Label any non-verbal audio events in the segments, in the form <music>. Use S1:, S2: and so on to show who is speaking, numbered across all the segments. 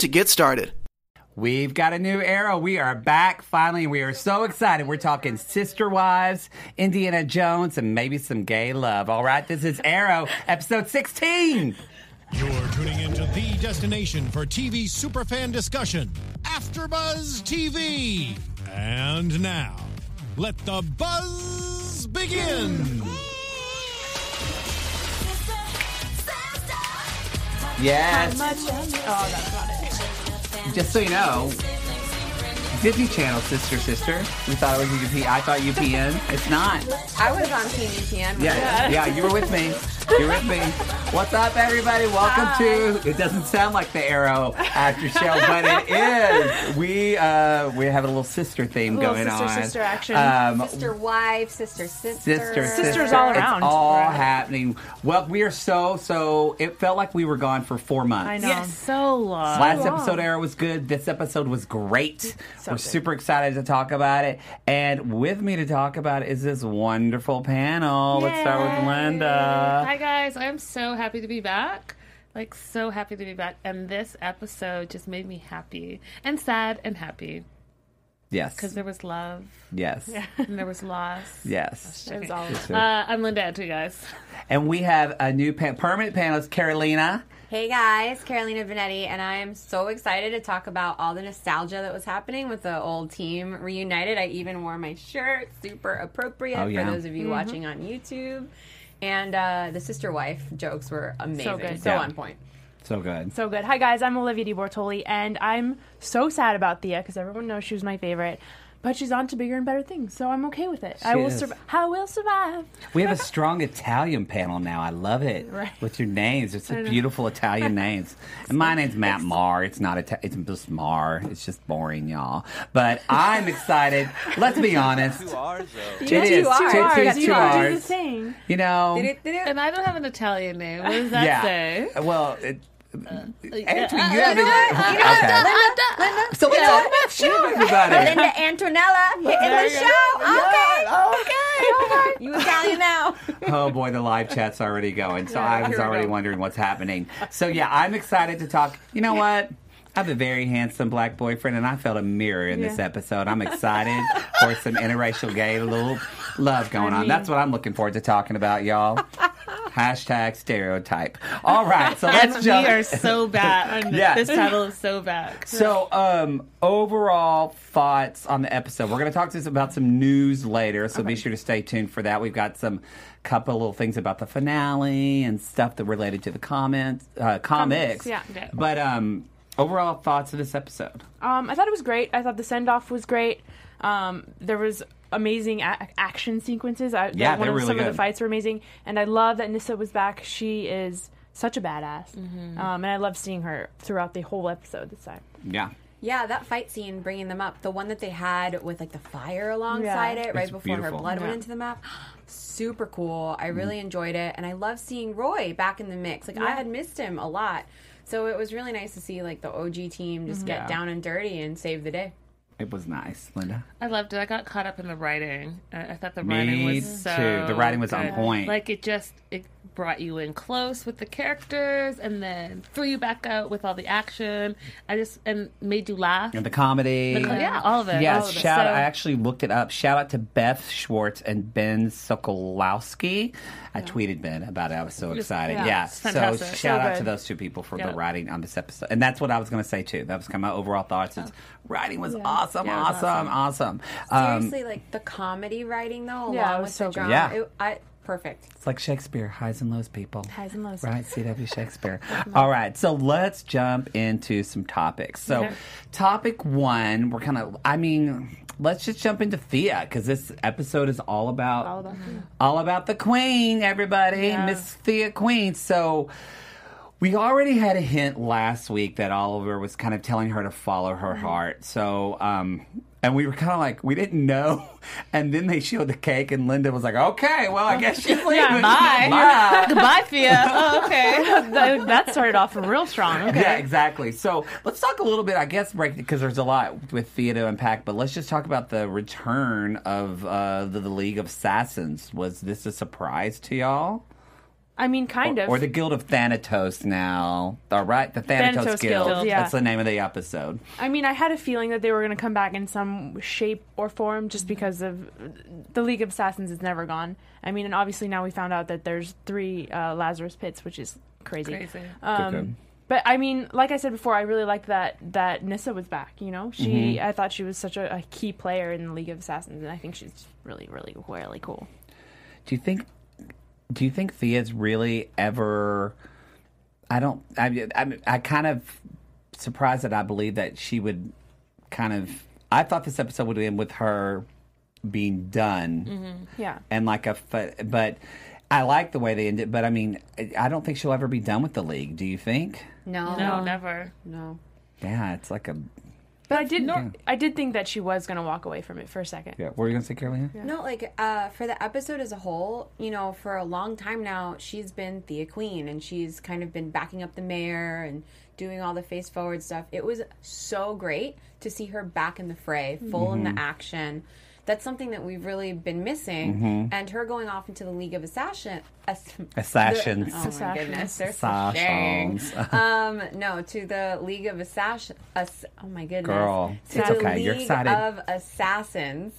S1: to get started.
S2: We've got a new era. We are back finally. We are so excited. We're talking sister wives, Indiana Jones, and maybe some gay love. All right, this is Arrow, episode 16.
S3: You're tuning into the destination for TV superfan discussion, AfterBuzz TV. And now, let the buzz begin.
S2: Yes.
S4: Oh, that's not it.
S2: Just so you know, Disney Channel, sister, sister. We thought it was UPN. I thought UPN. It's not.
S4: I was on Team ETN.
S2: Yeah, yeah, you were with me. You're with me. What's up, everybody? Welcome to. It doesn't sound like the Arrow After Show, but it is. We uh, we have a little sister theme
S5: Little
S2: going
S5: sister,
S2: on.
S5: sister action.
S2: Um,
S4: Sister wife, sister, sister.
S2: sister,
S5: Sisters
S2: sister.
S5: all around.
S2: It's all
S5: Right.
S2: happening. Well, we are so so. It felt like we were gone for four months.
S5: I know.
S4: Yes.
S5: So long.
S2: Last episode, Arrow was good. This episode was great. We're
S5: good.
S2: super excited to talk about it. And with me to talk about it is this wonderful panel. Let's start with
S5: Yay.
S2: Linda.
S6: Hi guys, I'm so happy to be back. Like so happy to be back. And this episode just made me happy and sad and happy because
S2: Yes.
S6: there was love
S2: Yes.
S6: and there
S2: <laughs>
S6: was loss.
S2: Yes.
S5: <laughs> It
S2: <laughs>
S5: was all
S6: Uh, I'm Linda Edry, guys.
S2: And we have a new pa- permanent panelist, Carolina.
S4: Hey guys, Carolina Vanetti, and I am so excited to talk about all the nostalgia that was happening with the old team reunited. I even wore my shirt, super appropriate
S2: Oh, yeah.
S4: for those of you watching on YouTube. And uh, the sister wife jokes were amazing, so,
S6: good.
S2: Yeah.
S4: on point.
S2: So good.
S5: so good. Hi guys, I'm Olivia Di Bortoli, and I'm so sad about Thea because everyone knows she was my favorite. But she's on to bigger and better things, so I'm okay with it. I will
S2: is.
S5: survive. I will survive.
S2: <laughs> We have a strong Italian panel now. I love it. Right. With your names, it's a beautiful Italian names. And my name's Matt Marr. It's not Ita- It's just Marr. It's just boring, y'all. But I'm excited. Let's be honest.
S4: You
S2: It is. Two- two-
S4: two are. You got
S2: two
S4: two R's.
S2: R's.
S5: Do the thing.
S2: You know.
S6: And I don't have an Italian name. What does that
S2: yeah.
S6: say?
S2: Well, it, Antoine,
S6: uh,
S2: you haven't. okay. So let's talk about shoes, everybody.
S4: Linda Antonella hitting the show. Okay, okay. You Italian now.
S2: Oh boy, the live chat's already going. So I was already wondering what's happening. So yeah, I'm excited to talk. You know what? I have a very handsome black boyfriend, and I felt a mirror in this
S5: Yeah.
S2: episode. I'm excited for some interracial gay little love going on.
S5: mean-
S2: That's what I'm looking forward to talking about, y'all. Hashtag stereotype. All right, so let's
S6: we
S2: jump.
S6: are so bad.
S2: <laughs>
S6: I'm-
S2: Yeah.
S6: This title is so bad.
S2: So, um, overall thoughts on the episode. We're going to talk to us about some news later, so be sure to stay tuned for that. We've got some couple little things about the finale and stuff that related to the comments, uh, comics.
S5: yeah.
S6: Yeah.
S2: But um, overall thoughts of this episode.
S5: Um, I thought it was great. I thought the send off was great. Um, there was amazing a- action sequences. I,
S2: Yeah,
S5: one
S2: they're
S5: of,
S2: really
S5: some of
S2: good.
S5: the fights were amazing, and I love that Nissa was back. She is such a badass,
S2: Mm-hmm.
S5: um, and I love seeing her throughout the whole episode this time.
S2: Yeah.
S4: Yeah, that fight scene, bringing them up, the one that they had with like the fire alongside
S5: Yeah.
S4: it, right
S2: It's
S4: before
S2: beautiful.
S4: her blood
S5: Yeah.
S4: went into the map. <gasps> Super cool.
S5: Mm.
S4: I really enjoyed it, and I love seeing Roy back in the mix. Like I had missed him a lot, so it was really nice to see like the OG team just get
S2: Yeah.
S4: down and dirty and save the day.
S2: It was nice, Linda.
S6: I loved it. I got caught up in the writing. I, I thought the
S2: Me
S6: writing was
S2: too.
S6: so
S2: The writing was on
S6: good.
S2: point.
S6: Like it just it brought you in close with the characters, and then threw you back out with all the action. I just and made you laugh.
S2: And the comedy.
S6: "Oh, The co- yeah, all of it.
S2: Yes,
S6: all of it.
S2: shout
S6: So-
S2: I actually looked it up. Shout out to Beth Schwartz and Ben Sokolowski. I tweeted Ben about it. I was so excited. Yeah.
S5: yeah,
S6: it's
S2: So shout
S6: fantastic.
S2: out
S5: good.
S2: to those two people for
S6: Yeah.
S2: the writing on this episode. And that's what I was going to say too. That was kind of my overall thoughts. Is writing was awesome,
S6: Yeah, it was
S2: awesome, awesome. Um,
S4: Seriously, like the comedy writing though, along
S5: Yeah, it was
S4: with
S5: so
S4: the
S5: good.
S4: drama,
S2: Yeah.
S4: it, I, perfect.
S2: it's like Shakespeare, highs and lows, people.
S5: Highs and lows.
S2: Right, C.W. Shakespeare. All right, so let's jump into some topics. So, topic one, we're kind of, I mean, let's just jump into Thea because this episode is all about all
S5: about
S2: about the Queen, everybody, Miss Thea Queen. So. We already had a hint last week that Oliver was kind of telling her to follow her heart. So, um, and we were kind of like, we didn't know. <laughs> And then they shielded the cake, and Linda was like, okay, well, I guess she's leaving.
S6: Yeah, <laughs>
S2: <laughs>
S6: bye.
S2: Bye.
S6: <laughs> Goodbye,
S2: <laughs>
S6: Fia. Oh, okay.
S5: <laughs> That, that started off real strong. Okay.
S2: Yeah, exactly. So let's talk a little bit, I guess, break because there's a lot with Thea to unpack. But let's just talk about the return of uh, the, the League of Assassins. Was this a surprise to y'all,
S5: I mean, kind of.
S2: or the Guild of Thanatos? Now, all right, the Thanatos,
S5: Thanatos
S2: Guild.
S5: Guild, yeah.
S2: That's the name of the episode.
S5: I mean, I had a feeling that they were going to come back in some shape or form
S6: Mm-hmm.
S5: just because of the League of Assassins is never gone. I mean, and obviously now we found out that there's three uh, Lazarus pits, which is crazy.
S6: Crazy.
S2: Okay.
S5: Um, but I mean, like I said before, I really liked that that Nissa was back. You know, she
S2: Mm-hmm.
S5: I thought she was such a, a key player in the League of Assassins, and I think she's really, really, really cool.
S2: Do you think? Do you think Thea's really ever? I don't. I I, I kind of surprised that I believe that she would kind of. I thought this episode would end with her being done
S5: Yeah,
S2: and like a fu- but. I like the way they ended, but I mean, I- I don't think she'll ever be done with the league. Do you think?
S4: No,
S6: No,
S5: Um,
S6: never.
S4: no.
S2: Yeah, it's like a.
S5: but I did I did think that she was going to walk away from it for a second.
S2: Yeah, what were you gonna say, Carolina?
S4: No, like uh, for the episode as a whole, you know, for a long time now, she's been Thea Queen and she's kind of been backing up the mayor and doing all the face forward stuff. It was so great to see her back in the fray, full
S2: Mm-hmm.
S4: in the action. That's something that we've really been missing.
S2: Mm-hmm.
S4: And her going off into the League of Assassin, ass-
S2: Assassins.
S4: Oh my goodness, there's some shame.
S2: Assassins. <laughs>
S4: Um, no, to the League of Assassins. Ass- oh my goodness,
S2: Girl,
S4: to
S2: it's
S4: the
S2: okay, you're
S4: League
S2: excited.
S4: of Assassins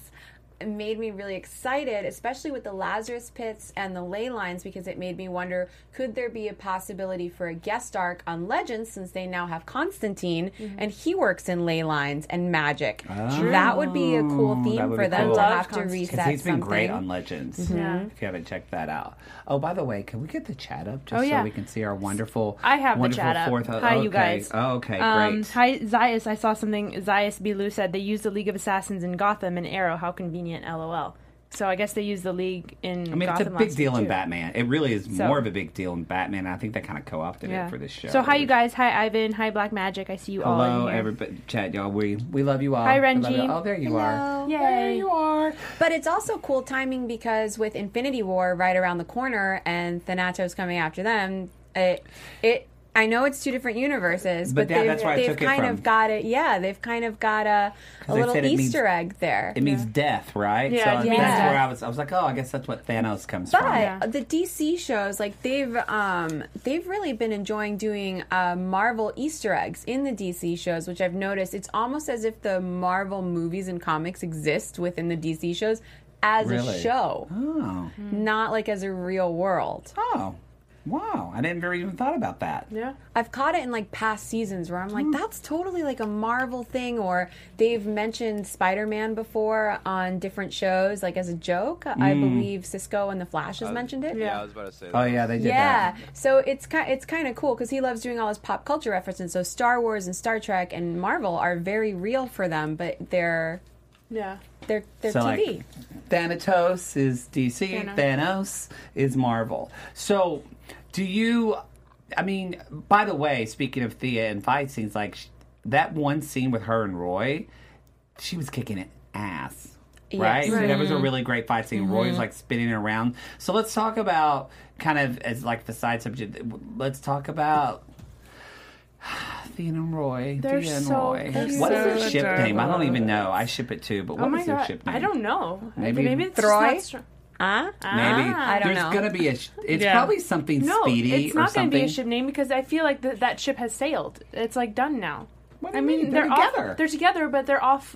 S4: it made me really excited, especially with the Lazarus pits and the ley lines, because it made me wonder: could there be a possibility for a guest arc on Legends, since they now have Constantine and he works in ley lines and magic? That would be a cool
S2: Oh. that
S4: theme
S2: would
S4: for
S2: be
S4: them
S2: cool.
S4: to
S2: I love
S4: have to
S5: Constantine.
S4: reset
S2: Because he's been
S4: something.
S2: great on Legends.
S5: Yeah.
S2: If you haven't checked that out. Oh, by the way, can we get the chat up just
S5: Oh, yeah.
S2: so we can see our wonderful,
S5: I have the
S2: wonderful
S5: chat up.
S2: fourth?
S5: Hi,
S2: okay.
S5: you guys.
S2: Oh, okay,
S5: Um,
S2: great.
S5: hi, Zayas. I saw something. Zayas Bilou said they used the League of Assassins in Gotham and Arrow. How convenient, lol. So I guess they used the League in.
S2: I mean,
S5: Gotham
S2: it's a
S5: last
S2: big deal
S5: year,
S2: in
S5: too.
S2: Batman. It really is
S5: So-
S2: more of a big deal in Batman. I think they kind of co-opted
S5: Yeah.
S2: it for this show.
S5: So hi, you guys. Hi, Ivan. Hi, Black Magic. I see you all.
S2: Hello,
S5: in here.
S2: everybody. Chat, y'all. We we love you all.
S5: Hi,
S2: We love
S5: Renji.
S2: you- Oh, there you are.
S5: Yay.
S2: There you are.
S4: But it's also cool timing because with Infinity War right around the corner and Thanatos coming after them, it it I know it's two different universes,
S2: But
S4: but,
S2: yeah,
S4: they've,
S2: that's where I
S4: they've
S2: took it
S4: kind
S2: from.
S4: of got it. Yeah, they've kind of got a, a
S2: they
S4: little
S2: said it means-
S4: Easter egg there.
S2: It means death, right?
S5: Yeah, it
S2: so
S5: means
S2: that's
S4: death.
S2: where I was. I was like, oh, I guess that's what Thanos comes
S4: But
S2: from.
S4: the DC shows, like they've um, they've really been enjoying doing uh, Marvel Easter eggs in the DC shows, which I've noticed. It's almost as if the Marvel movies and comics exist within the DC shows as
S2: Really?
S4: a show,
S2: Oh.
S4: not like as a real world.
S2: Oh. Wow. I didn't very even thought about that.
S5: Yeah.
S4: I've caught it in like past seasons where I'm
S5: Mm.
S4: like, that's totally like a Marvel thing, or they've mentioned Spider Man before on different shows, like as a joke. I
S5: Mm.
S4: believe Cisco and the Flash has mentioned it.
S7: Yeah, I was about to say that.
S2: Oh Uh, yeah, they did
S4: Yeah,
S2: that.
S4: so it's kind it's kind of cool because he loves doing all his pop culture references. So Star Wars and Star Trek and Marvel are very real for them, but they're
S5: Yeah.
S4: they're they're
S2: So
S4: TV.
S2: like, Thanatos is DC. Thanos. is Marvel. So, do you? I mean, by the way, speaking of Thea and fight scenes, like sh- that one scene with her and Roy, she was kicking it ass. Right?
S4: Yes.
S2: that was a really great fight scene. Roy was like spinning around. So let's talk about kind of as like the side subject. Let's talk about <sighs> Thea and Roy.
S5: They're
S2: Thea and
S5: so
S2: Roy.
S5: cute.
S2: What is
S6: They're
S2: their
S6: so
S2: ship name? I don't
S6: adorable.
S2: even know. I ship it too, but
S5: Oh
S2: what
S5: my
S2: is their
S5: god.
S2: ship name?
S5: I don't know.
S2: Maybe-
S5: Maybe maybe it's
S4: Throy?
S5: Just not strong.
S4: Huh?
S2: Maybe
S5: Ah. I
S4: don't
S2: there's
S4: know.
S2: gonna be a. Sh- it's
S6: Yeah.
S2: probably something
S5: No,
S2: speedy
S5: it's not
S2: or
S5: going
S2: something.
S5: to be a ship name because I feel like th- that ship has sailed. It's like done now.
S2: What do
S5: I
S2: you
S5: mean,
S2: mean?
S5: they're,
S2: They're together.
S5: off. They're together, but they're off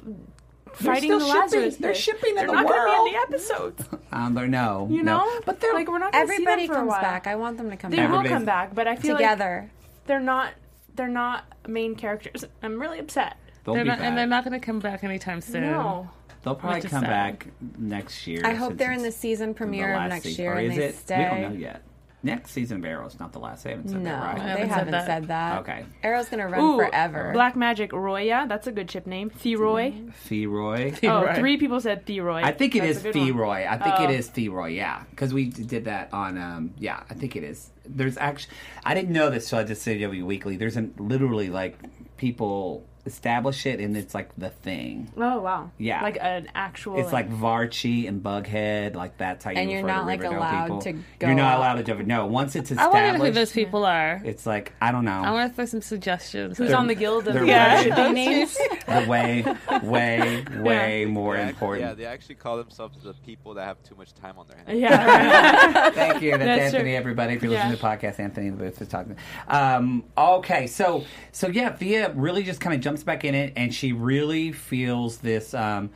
S5: fighting
S2: still
S5: the
S2: shipping.
S5: Lazarus.
S2: They're
S5: pit.
S2: shipping in
S5: They're
S2: the
S5: not gonna
S2: world.
S5: be in the episodes. <laughs>
S2: I don't know.
S5: You
S2: No.
S5: know,
S2: but they're
S5: like we're not. Gonna
S4: Everybody
S5: see them for a
S4: comes
S5: while.
S4: back. I want them to come
S5: They
S4: back
S5: will
S2: Everybody's
S5: come back, but I feel like
S4: together.
S5: they're not. They're not main characters. I'm really upset.
S2: They'll
S6: They're
S2: be
S6: not,
S2: back.
S6: and they're not going to come back anytime soon.
S5: No,
S2: They'll probably
S6: which is
S2: come
S6: sad.
S2: back next year.
S4: I hope
S2: since
S4: they're in the
S2: it's
S4: season
S2: the
S4: premiere of
S2: last
S4: next
S2: season.
S4: year
S2: Or
S4: and
S2: is
S4: they
S2: it?
S4: stay.
S2: We don't know yet. next season of Arrow. It's not the last. They haven't said
S4: No,
S2: that, right?
S4: they
S6: haven't said
S4: haven't
S6: that.
S4: said that.
S2: Okay.
S4: Arrow's gonna run
S5: Ooh,
S4: forever.
S5: Black Magic Roya. That's a good ship name. Theroy.
S2: Feroy.
S5: Oh,
S6: Theroy.
S5: three people said Theroy.
S2: I think it
S5: That's
S2: is
S5: a good one.
S2: Feroy. I think it is Feroy. Yeah, because we d- did that on. Um, yeah, I think it is. There's actually, I didn't know this till I just said CW Weekly. There's an, literally like people establish it, and it's like the thing.
S5: Oh wow.
S2: Yeah.
S5: Like an actual.
S2: It's like Varchi and Bughead, like that's how you.
S4: And you're
S2: refer
S4: not,
S2: to
S4: like,
S2: Riverdale
S4: allowed
S2: people.
S4: to go
S2: You're not
S4: out.
S2: allowed to do it. No, once it's
S6: I
S2: established,
S6: want to know who those people are.
S2: it's like I don't know.
S6: I want to throw some suggestions.
S5: who's
S2: they're-
S5: on the guild of
S2: they're
S5: yeah.
S2: rated.
S5: big names.
S2: the way, way, way more
S7: They act-
S2: important.
S7: Yeah, they actually call themselves the people that have too much time on their hands.
S5: yeah. <laughs>
S2: <laughs>
S5: Right.
S2: Thank you. That's,
S5: That's
S2: Anthony,
S5: true.
S2: everybody. If you're
S5: Yeah.
S2: listening to the podcast, Anthony in the booth is talking. Um, okay, so so yeah, Thea really just kind of jumps back in it, and she really feels this. Um,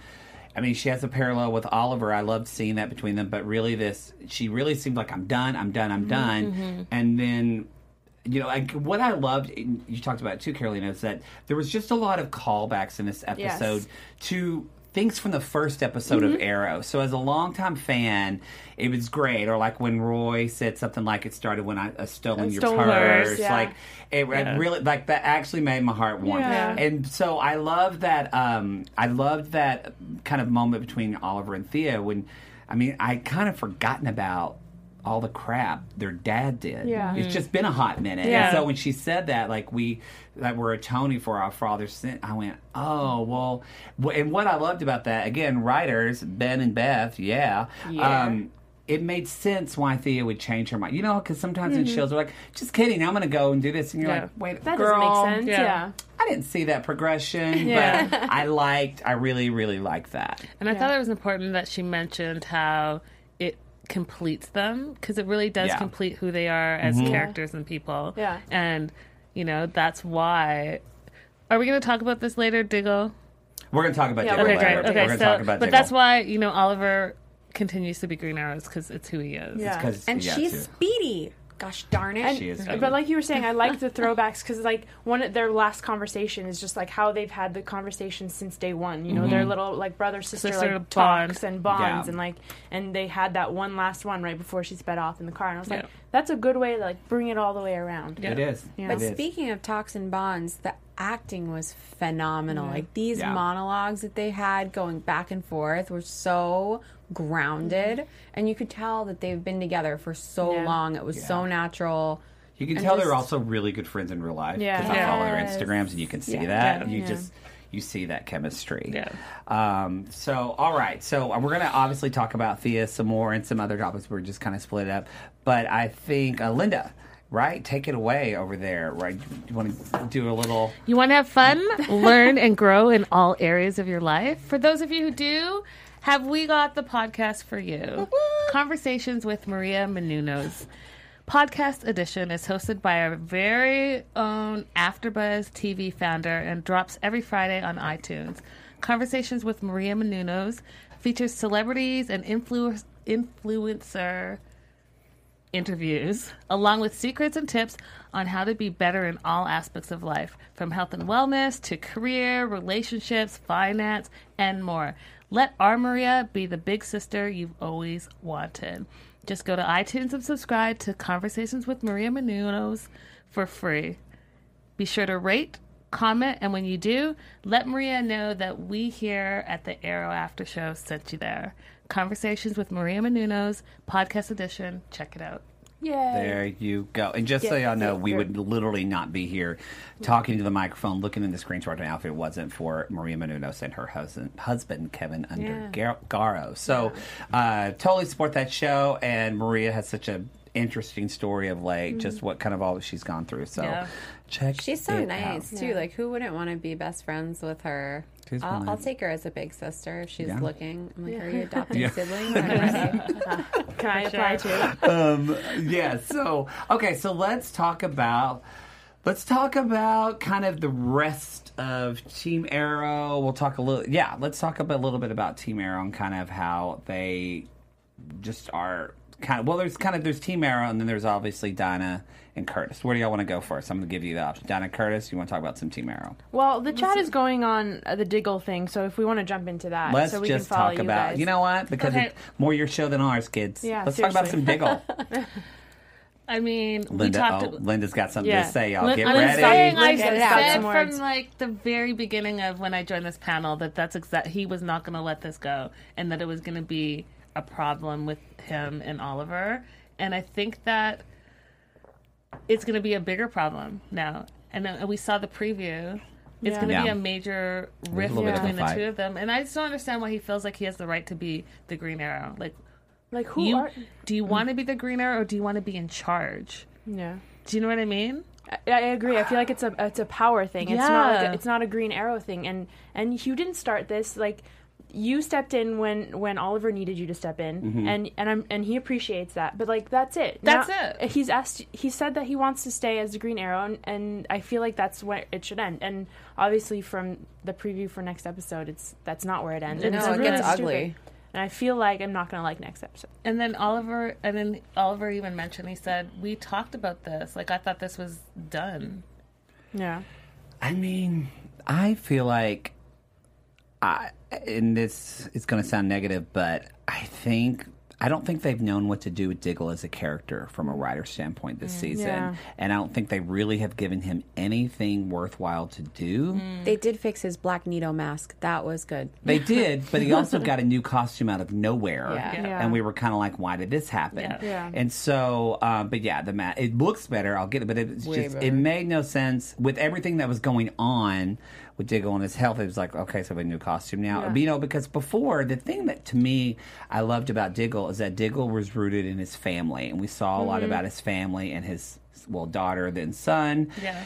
S2: I mean, she has a parallel with Oliver. I loved seeing that between them, but really, this she really seemed like I'm done, I'm done,
S5: Mm-hmm,
S2: I'm done, and then. You know, like what I loved, and you talked about it too, Carolina, is that there was just a lot of callbacks in this episode to things from the first episode
S5: Mm-hmm.
S2: of Arrow. So as a longtime fan, it was great. Or like when Roy said something like it started when I uh, stolen
S5: Uh,
S2: your
S5: stolen
S2: purse.
S5: hers, yeah.
S2: Like it, it really like that actually made my heart warm.
S5: Yeah.
S2: And so I love that um I loved that kind of moment between Oliver and Thea when I mean I kind of forgotten about all the crap their dad did.
S5: Yeah.
S2: It's just been a hot minute.
S5: Yeah.
S2: And so when she said that, like we, like we're atoning for our father's sin, I went, oh well. wh- And what I loved about that, again, writers Ben and Beth, yeah,
S4: Yeah.
S2: Um, it made sense why Thea would change her mind. You know, because sometimes in shows we're like, just kidding, I'm gonna go and do this, and you're
S6: Yeah.
S2: like, wait,
S5: Mm-hmm. That
S2: girl,
S5: doesn't make sense.
S6: yeah.
S5: Yeah.
S2: I didn't see that
S5: <laughs>
S2: progression,
S5: Yeah.
S2: but I liked, I really, really liked that.
S6: And I thought it was important that she mentioned how it completes them because it really does
S2: Yeah. Mm-hmm.
S6: complete who they are as characters and people.
S5: Yeah.
S6: And, you know, that's why. Are we going to talk about this later, Diggle?
S2: We're gonna talk about
S5: Yeah,
S2: Diggle
S5: we're
S6: Okay,
S5: gonna
S2: later.
S5: talk
S6: great.
S5: about
S6: Okay,
S2: we're gonna
S6: so.
S2: talk about
S6: but that's
S2: Diggle.
S6: why, you know, Oliver continues to be Green Arrows because it's who he is.
S5: Yeah.
S2: 'Cause-
S4: and
S2: yeah,
S4: she's
S2: too.
S4: speedy. Gosh darn it.
S2: She is.
S5: But like you were saying, I
S6: <laughs>
S5: like the throwbacks because like one of their last conversation is just like how they've had the conversation since day one. You know, their little like brother sister
S6: Sister
S5: like
S6: bond.
S5: talks and bonds
S2: Mm-hmm. Yeah.
S5: and like and they had that one last one right before she sped off in the car. And I was like,
S6: Yeah.
S5: that's a good way to like bring it all the way around.
S2: it is.
S5: But
S4: But
S2: It is.
S4: speaking of talks and bonds, the acting was phenomenal. Like these
S2: Mm-hmm. Yeah.
S4: monologues that they had going back and forth were so grounded,
S2: Mm-hmm.
S4: and you could tell that they've been together for so
S5: Yeah.
S4: long. It was so natural.
S2: You can
S4: And
S2: tell they're
S4: just-
S2: also really good friends in real life.
S5: Yeah.
S2: Because I follow their
S5: Yes.
S2: Instagrams and you can see
S4: Yeah.
S2: that.
S6: Yeah.
S2: You
S5: Yeah.
S2: just you see that chemistry.
S6: Yeah.
S2: Um, so all right. So uh, we're gonna obviously talk about Thea some more and some other topics. We're just kind of split up. But I think uh, Linda, right, take it away over there. Right, you want to do a little?
S6: You want to have fun, learn, and grow in all areas of your life? For those of you who do, have we got the podcast for you? Conversations with Maria Menounos. Podcast Edition is hosted by our very own AfterBuzz TV founder and drops every Friday on iTunes. Conversations with Maria Menounos features celebrities and influ- influencer interviews, along with secrets and tips on how to be better in all aspects of life, from health and wellness to career, relationships, finance, and more. Let our Maria be the big sister you've always wanted. Just go to iTunes and subscribe to Conversations with Maria Menounos for free. Be sure to rate, comment, and when you do, let Maria know that we here at the Arrow After Show sent you there. Conversations with Maria Menounos, podcast edition. Check it out.
S2: There you go. And just so
S5: Yeah,
S2: y'all know,
S5: yeah,
S2: we
S5: sure.
S2: would literally not be here talking to the microphone, looking in the screens right now if it wasn't for Maria Menounos and her husband, husband Kevin Undergaro. So uh, totally support that show. And Maria has such a interesting story of late, just what kind of all that she's gone through. So
S6: Yeah.
S2: check.
S4: Mm-hmm. She's so
S2: it
S4: nice
S2: out.
S4: too. Like who wouldn't want to be best friends with her?
S2: She's
S4: I'll, I'll
S2: fine.
S4: take her as a big sister if she's
S2: Yeah.
S4: looking. I'm like, are you
S2: <laughs>
S4: adopting
S2: Yeah. <laughs>
S4: siblings? I'm like,
S5: Can I apply to it?
S2: um, yeah. So okay. So let's talk about let's talk about kind of the rest of Team Arrow. We'll talk a little. Yeah. Let's talk about a little bit about Team Arrow and kind of how they just are kind of well. There's kind of there's Team Arrow and then there's obviously Dinah and Curtis. Where do y'all want to go first? I'm going to give you the option. Dinah Curtis. You want to talk about some Team Arrow?
S5: Well,
S6: <laughs>
S5: the chat is going on uh, the Diggle thing, so if we want to jump into that,
S2: Let's
S5: so we
S2: just
S5: can follow
S2: talk
S5: you
S2: about
S5: guys.
S2: you know what because
S6: Okay.
S2: it's more your show than ours, kids.
S5: Yeah, <laughs>
S2: let's talk about some
S5: seriously.
S2: Diggle.
S6: I mean, we
S2: Linda,
S6: talked.
S2: oh, Linda's got something
S5: Yeah.
S2: to say. Y'all
S5: Lin-
S2: get
S5: I'm
S2: ready.
S5: saying
S6: I
S5: Let's get it out.
S6: said
S5: Some
S6: from
S5: words.
S6: like the very beginning of when I joined this panel that that's exact. He was not going to let this go, and that it was going to be a problem with him and Oliver. And I think that it's going to be a bigger problem now. And uh, we saw the preview. It's
S5: Yeah.
S6: going to be
S2: Yeah.
S6: a major rift
S2: little bit of a
S6: between the
S2: fight.
S6: two of them, and I just don't understand why he feels like he has the right to be the Green Arrow. Like,
S5: Like who
S6: you
S5: are?
S6: do you want to be the Green Arrow or do you want to be in charge?
S5: Yeah.
S6: Do you know what I mean?
S5: I, I agree. I feel like it's a it's a power thing. It's not like
S6: Yeah.
S5: a, it's not a green arrow thing. And and Hugh didn't start this. Like you stepped in when when Oliver needed you to step in,
S2: Mm-hmm.
S5: and and I'm and he appreciates that. But like that's it.
S6: That's
S5: Now-
S6: it.
S5: He's asked. He said that he wants to stay as the Green Arrow, and, and I feel like that's where it should end. And obviously, from the preview for next episode, it's that's not where it ends. And
S4: No,
S5: it's
S4: it
S5: really
S4: gets
S5: stupid.
S4: ugly.
S5: And I feel like I'm not gonna like next episode.
S6: And then Oliver, and then Oliver even mentioned. He said, "We talked about this. Like I thought this was done."
S5: Yeah.
S2: I mean, I feel like I and this is going to sound negative, but I think I don't think they've known what to do with Diggle as a character from a writer standpoint this season,
S5: Yeah.
S2: and I don't think they really have given him anything worthwhile to do.
S4: They did fix his black Nito mask. That was good.
S2: They did, but he also got a new costume out of nowhere,
S4: Yeah.
S5: Yeah.
S2: and we were kind of like, "Why did this happen?"
S6: Yeah.
S5: Yeah.
S2: And so, uh, but yeah, the mat it looks better. I'll get it, but it's just it made no sense with everything that was going on with Diggle and his health. It was like, okay, so we have a new costume now,
S5: Yeah.
S2: But, you know, because before the thing that to me I loved about Diggle is that Diggle was rooted in his family, and we saw a lot
S5: Mm-hmm.
S2: about his family and his well daughter then son
S6: Yeah.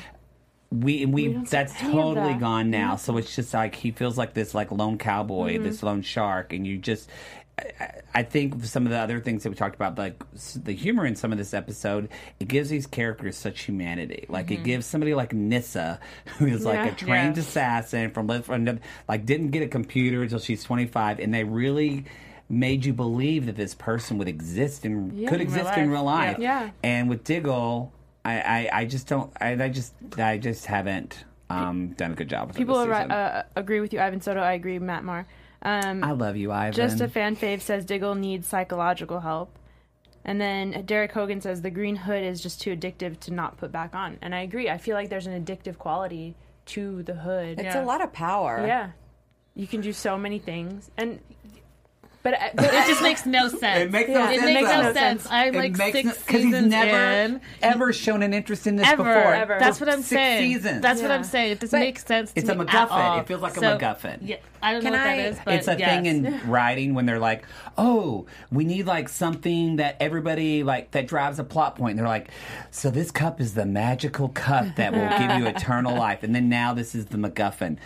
S2: we and we,
S5: don't see
S2: that's
S5: any of
S2: totally
S5: that.
S2: gone now. So it's just like he feels like this like lone cowboy, this lone shark, and you just. I- I- I think some of the other things that we talked about, like s- the humor in some of this episode, it gives these characters such humanity. Like it gives somebody like Nissa, <laughs> who is like
S5: Yeah.
S2: a trained
S6: Yeah.
S2: assassin from Lit- from another- like didn't get a computer until she's twenty five, and they really made you believe that this person would exist and could
S6: in real
S2: exist in
S6: life.
S2: real life.
S5: Yeah. Yeah.
S2: And with Diggle, I, I, I just don't. I, I just I just haven't um, done a good job with
S5: People
S2: it this
S5: are,
S2: season.
S5: uh, agree with you, Ivan Soto. I agree, Matt Marr. Um,
S2: I love you, Ivan.
S5: Just a fan fave says Diggle needs psychological help. And then Derek Hogan says the green hood is just too addictive to not put back on. And I agree. I feel like there's an addictive quality to the hood.
S4: It's
S5: yeah.
S4: a lot of power.
S5: You can do so many things. And but, I- but
S6: It just makes no sense.
S2: It makes no
S6: It
S2: sense,
S6: makes
S2: though.
S6: no sense. I'm like six
S2: because he's
S6: seasons
S2: never
S6: in.
S2: ever shown an interest in this
S6: Ever.
S2: before.
S5: Ever.
S6: That's what I'm
S2: Six
S6: saying.
S2: seasons.
S6: That's what
S5: Yeah.
S6: I'm saying. It doesn't
S2: But
S6: make sense. To
S2: it's a
S6: me at
S2: MacGuffin.
S6: all.
S2: It feels like a MacGuffin.
S6: Yeah, I don't
S4: Can
S6: know what
S4: I-
S6: that is, but
S2: it's a
S6: yes.
S2: thing
S4: <laughs>
S2: in writing when they're like, "Oh, we need like something that everybody like that drives a plot point." And they're like, "So this cup is the magical cup that will give you
S4: <laughs>
S2: eternal life," and then now this is the MacGuffin.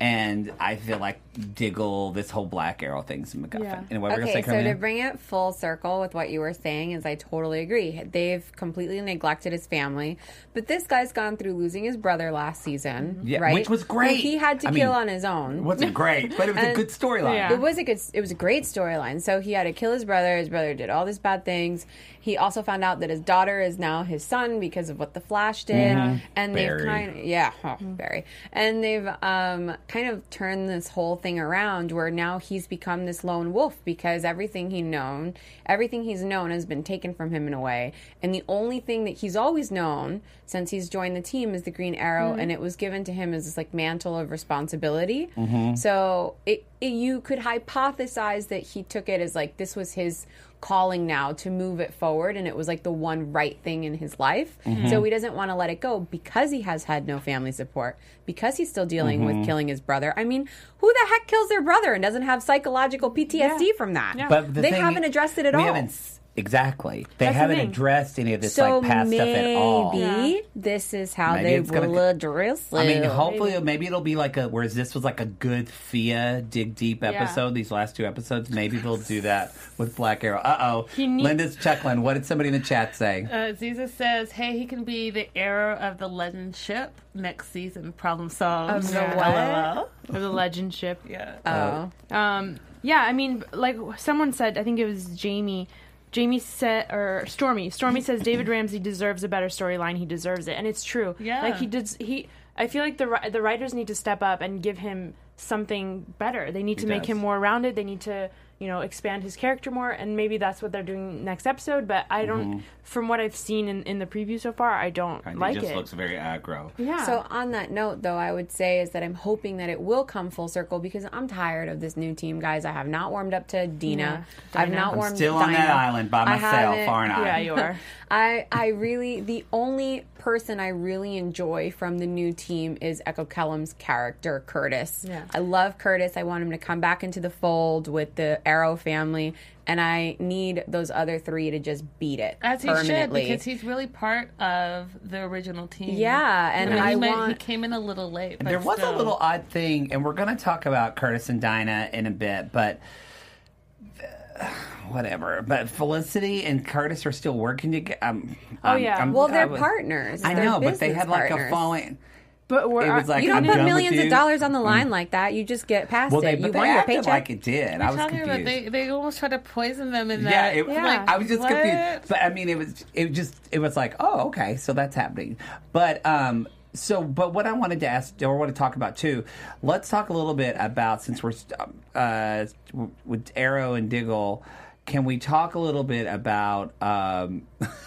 S2: And I feel like Diggle, this whole Black Arrow thing's a MacGuffin.
S5: Yeah.
S2: Anyway, we're gonna say
S4: Okay, so
S2: Carmina?
S4: to bring it full circle with what you were saying is I totally agree. They've completely neglected his family, but this guy's gone through losing his brother last season,
S2: Yeah,
S4: right?
S2: which was great.
S4: Who he had to
S2: I
S4: kill
S2: mean,
S4: on his
S2: it
S4: own.
S2: wasn't great, but it was a
S4: And-
S2: good storyline.
S5: Yeah.
S4: It was a good. It was a great storyline. So he had to kill his brother. His brother did all these bad things. He also found out that his daughter is now his son because of what the Flash did. And
S2: Barry.
S4: they've kind, yeah, oh, Barry. And they've um, kind of turned this whole thing around where now he's become this lone wolf because everything he known, everything he's known has been taken from him in a way. And the only thing that he's always known since he's joined the team is the Green Arrow, and it was given to him as this like mantle of responsibility.
S2: Mm-hmm.
S4: So it, it you could hypothesize that he took it as like this was his calling now to move it forward and it was like the one right thing in his life
S2: Mm-hmm.
S4: so he doesn't want to let it go because he has had no family support because he's still dealing
S2: Mm-hmm.
S4: with killing his brother i mean who the heck kills their brother and doesn't have psychological ptsd from that
S2: But the
S4: they
S2: thing-
S4: haven't addressed it at
S2: we
S4: all
S2: Haven't, s- exactly. They
S5: That's the
S2: haven't
S5: thing.
S2: addressed any of this
S4: so
S2: like past
S4: maybe
S2: stuff at all.
S4: this is how
S2: Maybe
S4: they
S2: it's gonna
S4: will
S2: c-
S4: address it
S2: I mean, hopefully, maybe. it'll be like a. Whereas this was like a good Thea dig deep episode. These last two episodes, maybe they'll do that with Black Arrow. Uh oh,
S5: He need-
S2: Linda's chuckling. What did somebody in the chat say?
S6: Uh, Ziza says, "Hey, he can be the arrow of the legend ship next season. Problem solved.
S5: Of the
S6: LOL.
S5: for the legend ship.
S6: Yeah.
S4: oh
S5: Um, yeah, I mean, like someone said, I think it was Jamie. Jamie said, or Stormy. Stormy says David Ramsey deserves a better storyline. He deserves it, and it's true.
S6: Yeah.
S5: like he did. He, I feel like the ri- the writers need to step up and give him something better. They need to make
S2: does.
S5: him more rounded. They need to you know expand his character more and maybe that's what they're doing next episode but i don't
S2: Mm-hmm.
S5: from what i've seen in, in the preview so far i don't
S2: Right,
S5: like
S2: he just
S5: it
S2: looks very aggro.
S5: yeah
S4: So on that note, though, I would say is that I'm hoping that it will come full circle because I'm tired of this new team, guys. I have not warmed up to Dina. I've not
S2: I'm
S4: warmed
S2: still on that
S4: Dina.
S2: island by
S4: I
S2: myself,
S4: haven't-
S2: aren't
S6: <laughs>
S2: I?
S5: yeah you are
S4: <laughs> I I really the only person I really enjoy from the new team is Echo Kellum's character Curtis.
S5: Yeah.
S4: I love Curtis. I want him to come back into the fold with the Arrow family, and I need those other three to just beat it
S6: As he should,
S4: permanently.
S6: because he's really part of the original team.
S4: Yeah, and
S6: I, mean,
S4: I
S6: he, might- he
S4: want-
S6: came in a little late. But
S2: There was a
S6: still.
S2: little odd thing, and we're going to talk about Curtis and Dinah in a bit, but <sighs> uh, whatever. But Felicity and Curtis are still working together. Um, oh
S5: yeah.
S4: well, they're partners.
S2: I
S4: They're
S2: know, but they
S4: business
S2: had like
S4: partners.
S2: a falling.
S5: but we're
S2: It was like
S4: You don't
S2: I'm
S4: put
S2: done with
S4: millions of
S2: you.
S4: dollars on the line like that. You just get past
S2: Well, they
S4: it.
S2: but
S4: You
S2: they
S4: want your
S2: acted
S4: paycheck.
S2: like it did. I was
S6: talking
S2: confused.
S6: about they, they almost tried to poison them in
S2: yeah,
S6: that.
S2: it,
S5: Yeah.
S2: Like, I was just
S6: What?
S2: confused. But I mean, it was it just it was like, oh, okay, so that's happening. But um, so but what I wanted to ask or want to talk about too, let's talk a little bit about since we're um, uh with Arrow and Diggle, can we talk a little bit about um. <laughs>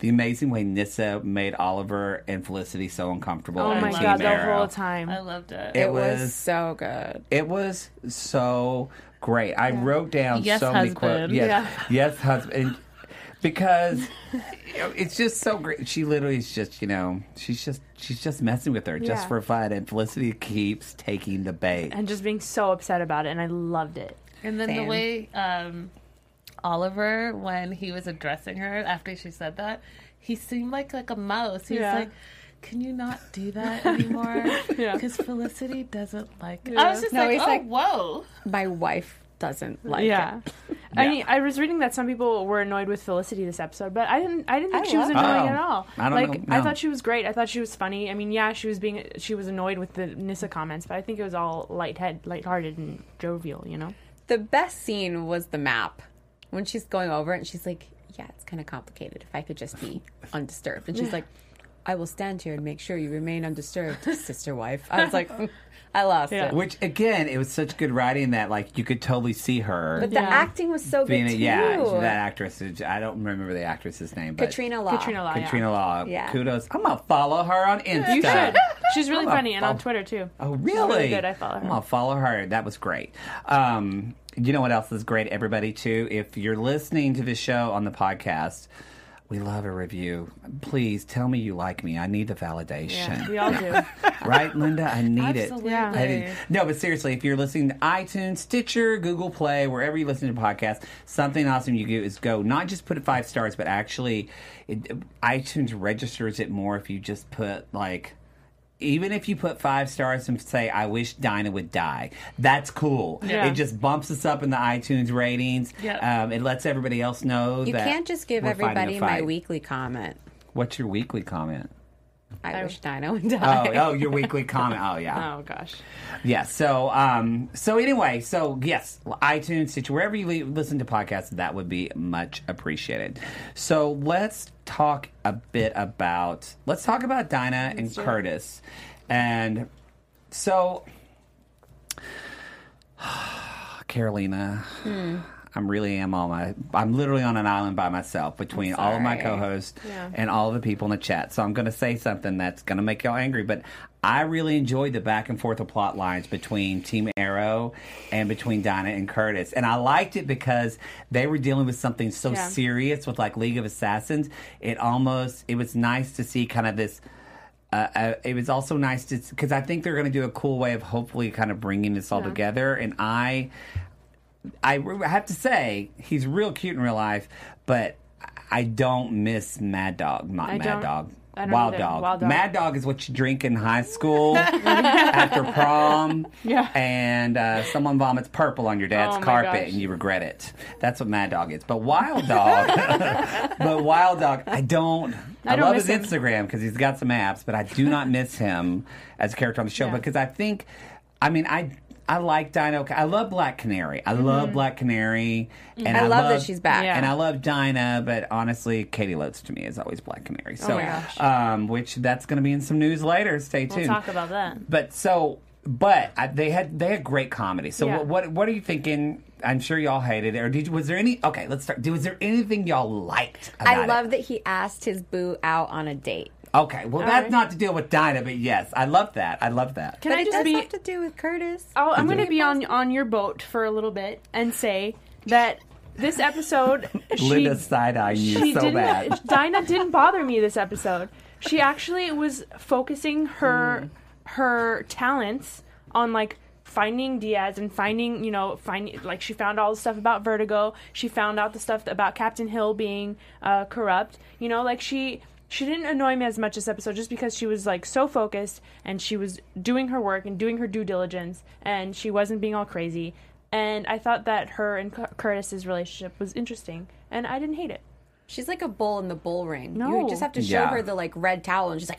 S2: The amazing way Nissa made Oliver and Felicity so uncomfortable.
S5: oh
S2: in
S5: my
S2: Team
S5: god the
S2: Arrow.
S5: whole time
S6: I loved it.
S2: It
S4: It was
S2: was
S4: so good.
S2: it was so great. I wrote down
S6: Yes,
S2: so many
S6: husband.
S2: quotes. Yes,
S5: Yeah.
S2: yes, husband. Because you know, it's just so great. She literally is just, you know, she's just she's just messing with her
S5: Yeah.
S2: just for fun, and Felicity keeps taking the bait.
S5: and just being so upset about it and i loved it
S6: And then
S4: Same.
S6: the way um, Oliver, when he was addressing her after she said that, he seemed like like a mouse. He
S5: Yeah.
S6: was like, "Can you not do that anymore?
S5: <laughs> Yeah.
S6: Because Felicity doesn't like it." I was just
S4: No,
S6: like,
S4: he's
S6: "Oh,
S4: like-
S6: whoa!"
S4: My wife doesn't like it. <laughs>
S5: yeah. I
S2: Yeah.
S5: mean, I was reading that some people were annoyed with Felicity this episode, but I didn't. I didn't think
S4: I
S5: she was
S4: love
S5: annoying
S2: her.
S5: at all.
S2: I don't
S5: like,
S2: know,
S5: I
S2: no.
S5: thought she was great. I thought she was funny. I mean, yeah, she was being she was annoyed with the Nissa comments, but I think it was all lighthead, lighthearted, and jovial. You know.
S4: The best scene was the map when she's going over it and she's like, "Yeah, it's kind of complicated. If I could
S2: <laughs>
S4: just be undisturbed," and she's like, "I will stand here and make sure you remain undisturbed, <laughs> sister wife." I
S2: <laughs>
S4: was like, <laughs> I lost
S5: Yeah.
S4: it.
S2: Which again, it was such good writing that like you could totally see her
S4: But
S5: Yeah.
S4: the acting was so
S2: being
S4: good
S2: a,
S4: too.
S2: yeah, that actress. is- I don't remember the actress's name, but
S4: Katrina Law.
S5: Katrina Law.
S2: Katrina
S5: yeah.
S2: Law.
S4: Yeah.
S2: Kudos. I'm gonna follow her on Insta.
S5: You should. She's really
S2: I'm a
S5: funny and on
S2: bum.
S5: Twitter too.
S2: Oh,
S5: She's
S2: really?
S5: good. I follow her.
S2: am gonna follow her. That was great. Um, you know what else is great, everybody? Too, if you're listening to this show on the podcast, we love a review. Please tell me you like me. I need the
S5: Yeah,
S2: validation.
S5: we all do.
S2: right, Linda? I need it.
S6: Absolutely.
S5: Yeah.
S2: I didn't- no, but seriously, if you're listening to iTunes, Stitcher, Google Play, wherever you listen to podcasts, something awesome you do is go not just put it five stars, but actually, it, iTunes registers it more if you just put like. Even if you put five stars and say, I wish Dinah would die, that's cool.
S5: Yeah.
S2: It just bumps us up in the iTunes ratings.
S6: Yep.
S2: Um, it lets everybody else know
S4: You
S2: that
S4: can't just give
S2: we're fighting the
S4: everybody my
S2: fight.
S4: weekly comment.
S2: What's your weekly comment?
S4: I wish Dino would die.
S2: Oh, oh your weekly comment. Oh, yeah.
S5: Oh gosh.
S2: Yeah. So, um, so anyway, so yes, iTunes, Stitcher, wherever you li- listen to podcasts, that would be much appreciated. So let's talk a bit about let's talk about Dinah and Curtis, and so <sighs> Carolina. I'm really am on my. I'm literally on an island by myself between all of my
S4: sorry.
S2: co-hosts and all the people in the chat. So I'm going to say something that's going to make y'all angry, but I really enjoyed the back and forth of plot lines between Team Arrow and between Dinah and Curtis, and I liked it because they were dealing with something so
S5: Yeah.
S2: serious with like League of Assassins. It almost it was nice to see kind of this uh, uh, it was also nice to because I think they're going to do a cool way of hopefully kind of bringing this all together. And I, I re- have to say, he's real cute in real life, but I don't miss Mad Dog, not
S5: I
S2: Mad
S5: don't-
S2: Dog.
S5: I don't
S2: Wild
S5: either.
S2: dog.
S5: Wild Dog.
S2: Mad Dog is what you drink in high school <laughs> after prom,
S5: Yeah.
S2: and uh, someone vomits purple on your dad's
S5: Oh my
S2: carpet,
S5: gosh.
S2: and you regret it. That's what Mad Dog is. But Wild Dog, <laughs> but Wild Dog, I don't. I,
S5: I don't
S2: love
S5: miss
S2: his
S5: him.
S2: Instagram. Instagram because he's got some apps, but I do not miss him as a character on the show
S5: Yeah.
S2: because I think, I mean, I I like Dino. I love Black Canary. I
S5: Mm-hmm.
S2: love Black Canary, and
S4: I love that she's back.
S5: Yeah.
S2: And I love Dinah, but honestly, Katie Lotes to me is always Black Canary. So,
S5: Oh my gosh.
S2: um, which that's going to be in some news later. Stay tuned.
S5: We'll talk about that.
S2: But so But I, they had they had great comedy. So
S5: Yeah.
S2: what, what what are you thinking? I'm sure y'all hated it. Or did you- was there any? Okay, let's start. Was there anything y'all liked? About
S4: I
S2: it?
S4: love that he asked his boo out on a date.
S2: Okay, well that's not to deal with Dinah, but yes, I love that. I love that.
S5: Can
S4: But
S5: I
S4: it
S5: just
S4: does
S5: be?
S4: have to do with Curtis.
S5: I'll, I'm going to be on on your boat for a little bit and say that this episode she
S2: Linda side eyeing
S5: she
S2: you so
S5: didn't
S2: bad.
S5: <laughs> Dinah didn't bother me this episode. She actually was focusing
S2: Mm.
S5: her her talents on like finding Diaz and finding, you know, finding like she found all the stuff about Vertigo. She found out the stuff about Captain Hill being uh, corrupt. You know, like she she didn't annoy me as much this episode just because she was like so focused and she was doing her work and doing her due diligence and she wasn't being all crazy. And I thought that her and Cur- Curtis's relationship was interesting, and I didn't hate it.
S4: She's like a bull in the bull ring.
S5: No.
S4: You just have to show
S2: Yeah.
S4: her the like red towel, and she's like,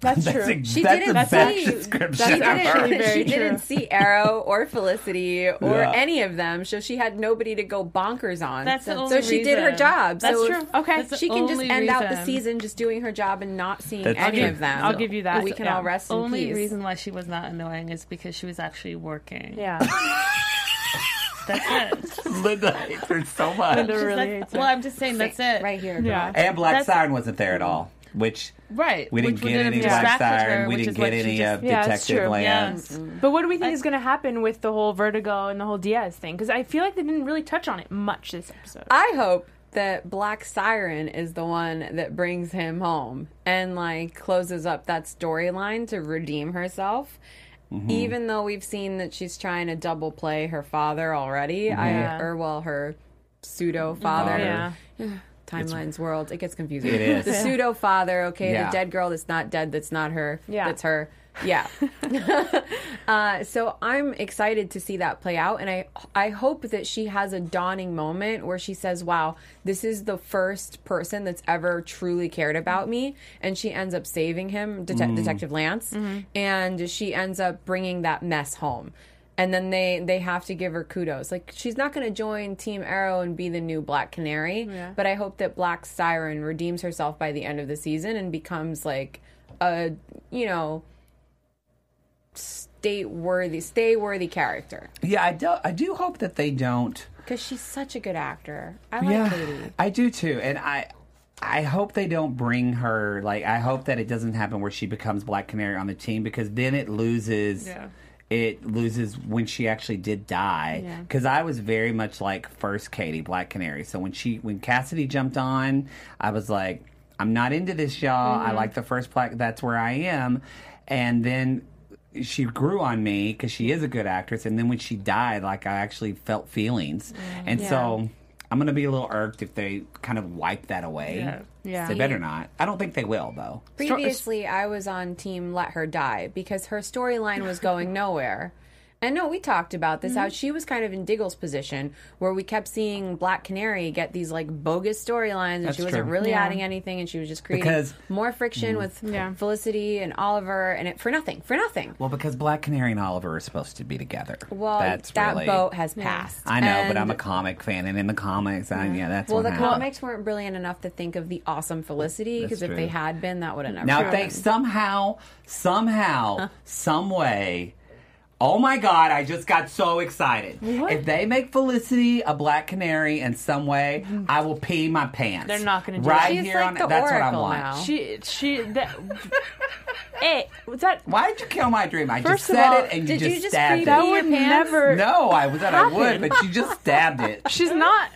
S2: <laughs>
S5: That's,
S2: That's,
S5: true.
S2: a,
S4: she
S2: that's the best
S4: didn't see.
S2: description
S4: she
S2: ever.
S5: That's actually
S4: didn't,
S5: very
S4: <laughs> she
S5: true.
S4: didn't see Arrow or Felicity or
S2: Yeah.
S4: any of them, so she had nobody to go bonkers on.
S6: That's the
S4: so
S6: only
S4: she did her
S6: reason.
S4: job.
S5: That's
S4: so
S5: true.
S4: if-
S5: Okay.
S6: That's the
S4: She can just
S6: only
S4: end out the
S6: reason.
S4: season just doing her job and not seeing
S2: That's
S4: any
S2: true.
S4: of them.
S5: I'll give you that.
S4: We can
S5: Yeah.
S4: all rest in
S6: Only
S4: peace.
S6: reason why she was not annoying is because she was actually working.
S2: <laughs>
S5: Yeah.
S4: <laughs>
S6: That's it. <laughs>
S2: Linda hates her so much.
S5: Linda really
S6: That's-
S5: hates
S6: well,
S5: it.
S6: I'm just saying that's it.
S4: right here.
S5: Yeah.
S2: and Black
S6: That's-
S2: Siren wasn't there at all, which
S6: Right.
S2: we didn't
S6: which
S2: get
S6: would have
S2: any Black
S6: distracted
S2: Siren.
S6: her,
S2: we
S6: which
S2: didn't
S6: is what
S2: get
S6: she
S2: any uh,
S6: just-
S2: of
S5: Yeah, it's
S2: Detective
S5: true.
S2: Lance.
S6: Yes.
S5: But what do we think is going to happen with the whole Vertigo and the whole Diaz thing? Because I feel like they didn't really touch on it much this episode.
S4: I hope that Black Siren is the one that brings him home and like closes up that storyline to redeem herself.
S2: Mm-hmm.
S4: Even though we've seen that she's trying to double play her father already,
S5: Yeah.
S4: I, uh, or well, her pseudo father. <sighs>
S5: yeah.
S4: Timelines world, it gets confusing.
S2: It is.
S4: The pseudo father, okay,
S2: Yeah.
S4: the dead girl that's not dead, that's not her,
S5: Yeah.
S4: that's her. Yeah. Uh, so I'm excited to see that play out, and I I hope that she has a dawning moment where she says, "Wow, this is the first person that's ever truly cared about me," and she ends up saving him, Det- Detective Lance, and she ends up bringing that mess home. And then they they have to give her kudos. Like she's not going to join Team Arrow and be the new Black Canary, but I hope that Black Siren redeems herself by the end of the season and becomes like a you know state worthy, stay worthy character.
S2: Yeah, I do. I do hope that they don't.
S4: Because she's such a good actor. I like Katie.
S2: I do too, and I. I hope they don't bring her like I hope that it doesn't happen where she becomes Black Canary on the team because then it loses
S6: Yeah.
S2: it loses when she actually did die cuz I was very much like first Katie Black Canary. So when she when Cassidy jumped on, I was like I'm not into this y'all.
S4: Mm-hmm.
S2: I like the first Black that's where I am. And then she grew on me because she is a good actress. And then when she died, like I actually felt feelings.
S4: Mm.
S2: And so I'm gonna be a little irked if they kind of wipe that away.
S6: Yeah.
S5: Yeah.
S2: They better not. I don't think they will though.
S4: Previously, I was on Team Let Her Die because her storyline was going <laughs> nowhere. And no, we talked about this, how
S2: Mm-hmm.
S4: she was kind of in Diggle's position where we kept seeing Black Canary get these like bogus storylines and
S2: That's
S4: she wasn't
S2: true.
S4: really
S5: Yeah.
S4: adding anything and she was just creating
S2: Because- Mm.
S4: more friction with
S5: Yeah.
S4: Felicity and Oliver and it for nothing, for nothing.
S2: Well, because Black Canary and Oliver are supposed to be together.
S4: Well,
S2: that's
S4: that
S2: really,
S4: boat has passed.
S2: I know, but I'm a
S4: And-
S2: comic fan, and in the comics, I, yeah, that's
S4: Well,
S2: what
S4: the
S2: happened.
S4: comics weren't brilliant enough to think of the awesome Felicity because
S2: That's
S4: if they
S2: true.
S4: had been, that would have never.
S2: Now, if
S4: happened.
S2: they somehow, somehow, some way. Oh my God! I just got so excited. If they make Felicity a black canary in some way, I will pee my pants.
S5: Mm-hmm. They're not gonna do
S2: right
S5: that.
S4: She's
S2: here
S4: like
S2: on
S4: the
S2: that's what I
S4: Oracle
S2: want.
S4: now.
S5: She she that. hey, was that
S2: Why did you kill my dream? I
S5: First
S2: just
S5: of
S2: said
S5: all,
S2: it, and you
S4: did you
S2: just
S4: just
S2: stabbed
S5: that
S4: pre-dye
S2: it.
S5: would
S4: your pants?
S5: never?
S2: No, I was that I would, but you just stabbed it.
S5: <laughs> She's not.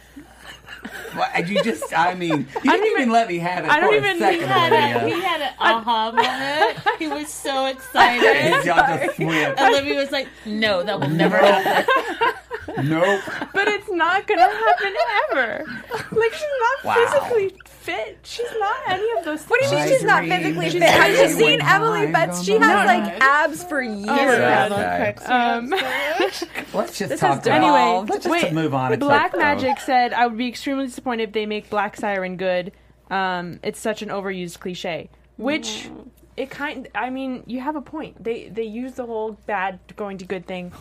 S2: Well, and you just, I mean, you didn't even,
S5: even-
S2: let me have it
S5: I don't
S2: for
S5: even-
S2: a second.
S5: I
S6: had a,
S2: Olivia.
S6: he had an aha moment. He
S4: <laughs>
S6: was so excited.
S2: And y'all just went,
S5: <laughs>
S6: Olivia was like, "No, that
S2: Mm-hmm.
S6: will never happen."
S2: nope.
S5: But it's not gonna happen ever. Like she's not
S2: Wow.
S5: physically fit. She's not any of those. What do
S4: She's
S2: My
S4: just not
S2: dream.
S4: physically
S2: She's
S4: fit. Have you
S2: very
S4: seen
S2: wide.
S4: Emily Betts? She
S2: No, no,
S4: has like
S2: no.
S4: abs for years.
S5: God.
S2: Okay.
S5: Um,
S2: Let's just talk about
S5: anyway,
S2: Let's just
S5: wait,
S2: move on. It's
S5: Black
S2: like,
S5: Magic said, "I would be extremely disappointed if they make Black Siren good. Um, it's such an overused cliche." Which
S4: Mm.
S5: it kind. I mean, you have a point. They they use the whole bad going to good thing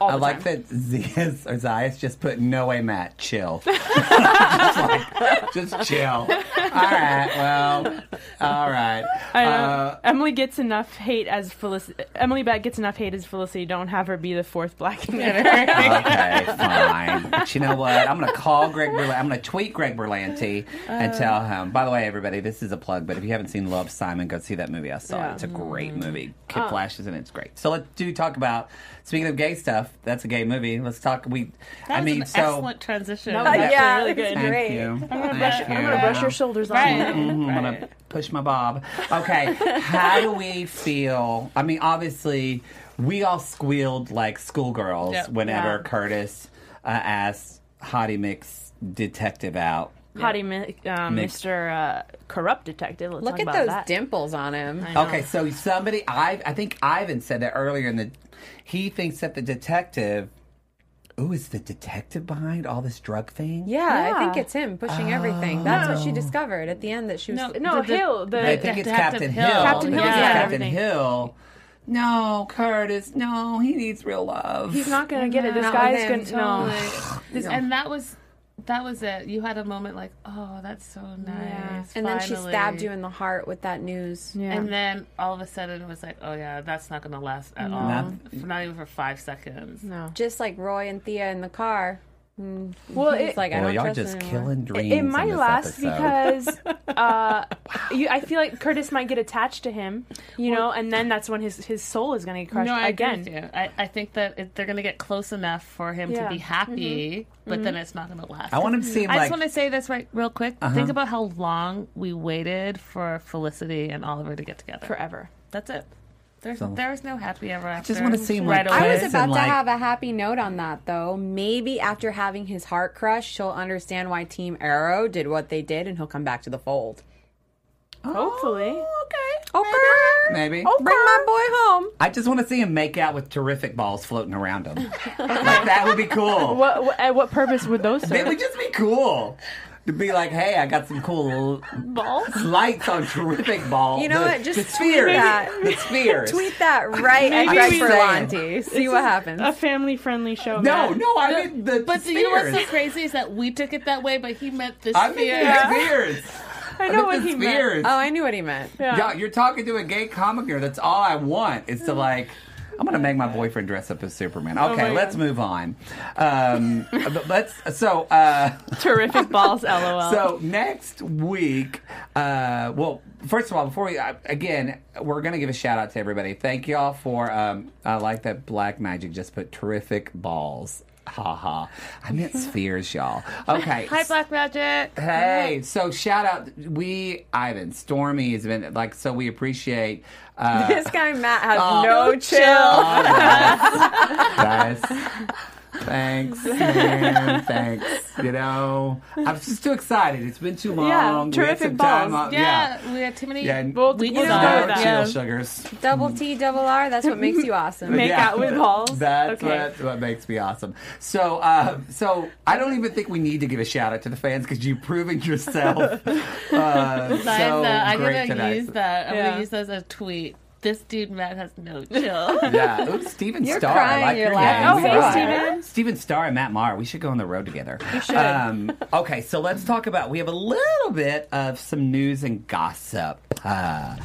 S5: All
S2: I
S5: the
S2: like
S5: time.
S2: that Zias or Zias just put no way, Matt,
S5: <laughs>
S2: chill. <laughs> just, like, just chill. All right, well, all right.
S5: I know.
S2: Uh,
S5: Emily gets enough hate as Felicity. Emily Beck gets enough hate as Felicity. Don't have her be the fourth
S4: <laughs>
S5: black man. <laughs>
S2: okay, fine. But you know what? I'm gonna call Greg. Berlan- I'm gonna tweet Greg Berlanti
S5: Uh.
S2: and tell him. By the way, everybody, this is a plug. But if you haven't seen Love Simon, go see that movie. I saw
S5: Yeah. Mm. Oh.
S2: it. It's a great movie. Kid flashes and it's great. So let's do talk about. Speaking of gay stuff, that's a gay movie. Let's talk. We. I
S6: That was
S2: mean,
S6: an
S2: so.
S6: excellent transition.
S4: was
S5: That's
S4: Yeah,
S5: really
S4: it's
S5: good.
S4: great.
S2: Thank you. I'm gonna
S6: brush- I'm
S5: gonna brush your shoulders off.
S6: Right.
S2: Mhm, I'm gonna push my bob. Okay, how do we feel? I mean, obviously, we all squealed like schoolgirls
S6: Yep.
S2: whenever
S5: Yeah.
S2: Curtis uh, asked Hottie Mix detective out.
S5: Hottie, mi- um,
S2: Mixed.
S5: Mr. Uh, corrupt detective. Let's
S4: Look
S5: talk
S4: at
S5: about
S4: those
S5: that.
S4: dimples on him.
S5: I know.
S2: Okay, so somebody, I I think Ivan said that earlier in the. He thinks that the detective. Ooh, is the detective behind all this drug thing?
S4: Yeah, I think
S5: Yeah.
S4: it's him pushing everything. That's what she discovered at the end that she was.
S6: No,
S5: No,
S6: The- the-
S5: Hill. The,
S2: I think it's Captain
S6: Detective
S2: Hill.
S6: Hill.
S5: Captain
S2: I think
S5: Hill
S2: it's
S5: said
S2: Captain
S5: everything.
S2: Hill. No, Curtis. No, he needs real love.
S5: he's not gonna get it. This
S4: Not
S5: guy's
S4: with him,
S5: gonna no.
S6: Like, this- And that was that was it. You had a moment like, oh, that's so nice.
S4: and then she
S6: finally.
S4: stabbed you in the heart with that news.
S5: Yeah.
S6: And then all of a sudden it was like, oh yeah, that's not going to last at all.
S2: Not-
S6: Not, even for five seconds.
S5: no.
S4: Just like Roy and Thea in the car. Mm,
S5: Well,
S4: He's
S5: it,
S4: like, I
S2: Boy,
S4: don't
S2: y'all
S4: trust
S2: just
S4: him anymore.
S2: killing dreams.
S5: it
S2: in
S5: might
S2: this
S5: last
S2: episode. <laughs>
S5: because uh, you, I feel like Curtis might get attached to him, you know, and then that's when his his soul is gonna get crushed
S6: No, I agree
S5: again.
S6: with you. I, I think that it, they're going to get close enough for him
S5: Yeah. Mm-hmm.
S6: to be happy, but then it's not going to last.
S2: I want him to seem
S6: I
S2: like Uh-huh.
S6: just want to say this right real quick. Think about how long we waited for Felicity and Oliver to get together.
S5: forever.
S6: That's it. There's
S2: So-
S6: there's no happy ever after.
S2: just wanna seem
S6: right
S2: like
S6: away.
S4: I was
S2: Yes,
S4: about
S2: and
S4: to
S2: like-
S4: have a happy note on that though. Maybe after having his heart crushed, she'll understand why Team Arrow did what they did, and he'll come back to the fold.
S2: <gasps>
S5: Hopefully.
S2: Oh, okay,
S4: Okay,
S2: maybe.
S4: bring my boy home.
S2: I just want to see him make out with terrific balls floating around him. like that would be cool.
S5: What, what at what purpose would those
S2: It
S5: serve?
S2: would just be cool to be like, hey, I got some cool
S5: Balls?
S2: lights on terrific balls.
S4: You know
S2: the,
S4: what? Just
S2: the
S4: tweet
S2: spheres.
S4: that.
S2: The spheres.
S4: Tweet that <laughs> right at
S5: Maybe
S4: Greg
S5: we-
S4: Berlanti. See <laughs> what happens.
S5: <laughs> A family friendly show.
S2: No,
S5: Matt.
S2: no, I mean the
S6: But
S2: the
S6: you know what's
S2: spheres.
S6: so crazy is that we took it that way, but he meant this
S2: I mean
S6: fear.
S2: the spheres.
S5: I know
S2: I
S5: what
S2: meant the
S5: he meant.
S2: spheres.
S4: Oh, I knew what he meant.
S5: Yeah.
S2: Y'all, you're talking to a gay comic here. That's all I want is to like. I'm gonna make my boyfriend dress up as Superman. Okay,
S5: my
S2: let's move on. Um, <laughs> but let's. So, uh, <laughs>
S5: Terrific balls, lol.
S2: so next week. Uh, well, first of all, before we uh, again, we're gonna give a shout out to everybody. Thank y'all for. Um, I like that Black Magic just put terrific balls. Ha ha. I meant spheres, y'all. Okay.
S6: Hi, Black Magic.
S2: Hey, so shout out we Ivan Stormy has been like so we appreciate uh
S4: This guy Matt has
S2: Oh.
S4: no chill.
S2: all guys. guys. <laughs> Thanks, man. Thanks. You know, I'm just too excited. It's been too long.
S5: Yeah,
S2: We had
S5: terrific
S2: some time
S5: balls.
S2: off-
S6: Yeah, we had too many.
S2: Yeah. and-
S5: Well,
S6: We
S5: you
S6: know
S5: know
S2: no
S5: that.
S2: chill,
S6: Yeah.
S2: sugars.
S4: Double T, double R. That's what makes <laughs> you awesome.
S5: Make
S2: Yeah,
S5: out with
S2: that-
S5: balls.
S2: That's
S5: Okay.
S2: what, what makes me awesome. So, uh, so I don't even think we need to give a shout out to the fans because you've proven
S5: <laughs>
S2: yourself. Uh,
S6: Signs
S2: so
S6: that. I'm
S2: great
S6: gonna
S2: tonight.
S6: use that. I'm
S5: Yeah.
S6: gonna use that as a tweet. This dude Matt has
S2: <laughs>
S6: no chill. <laughs>
S2: Yeah. Ooh, Steven
S4: You're
S2: Starr.
S4: crying,
S2: I like
S4: you're
S2: your
S4: laughing.
S2: name.
S5: Oh, hey,
S2: Right.
S5: Steven.
S2: Steven Starr and Matt Maher. We should go on the road together. You should. Um, okay, so let's talk about. We have a little bit of some news and gossip. Uh,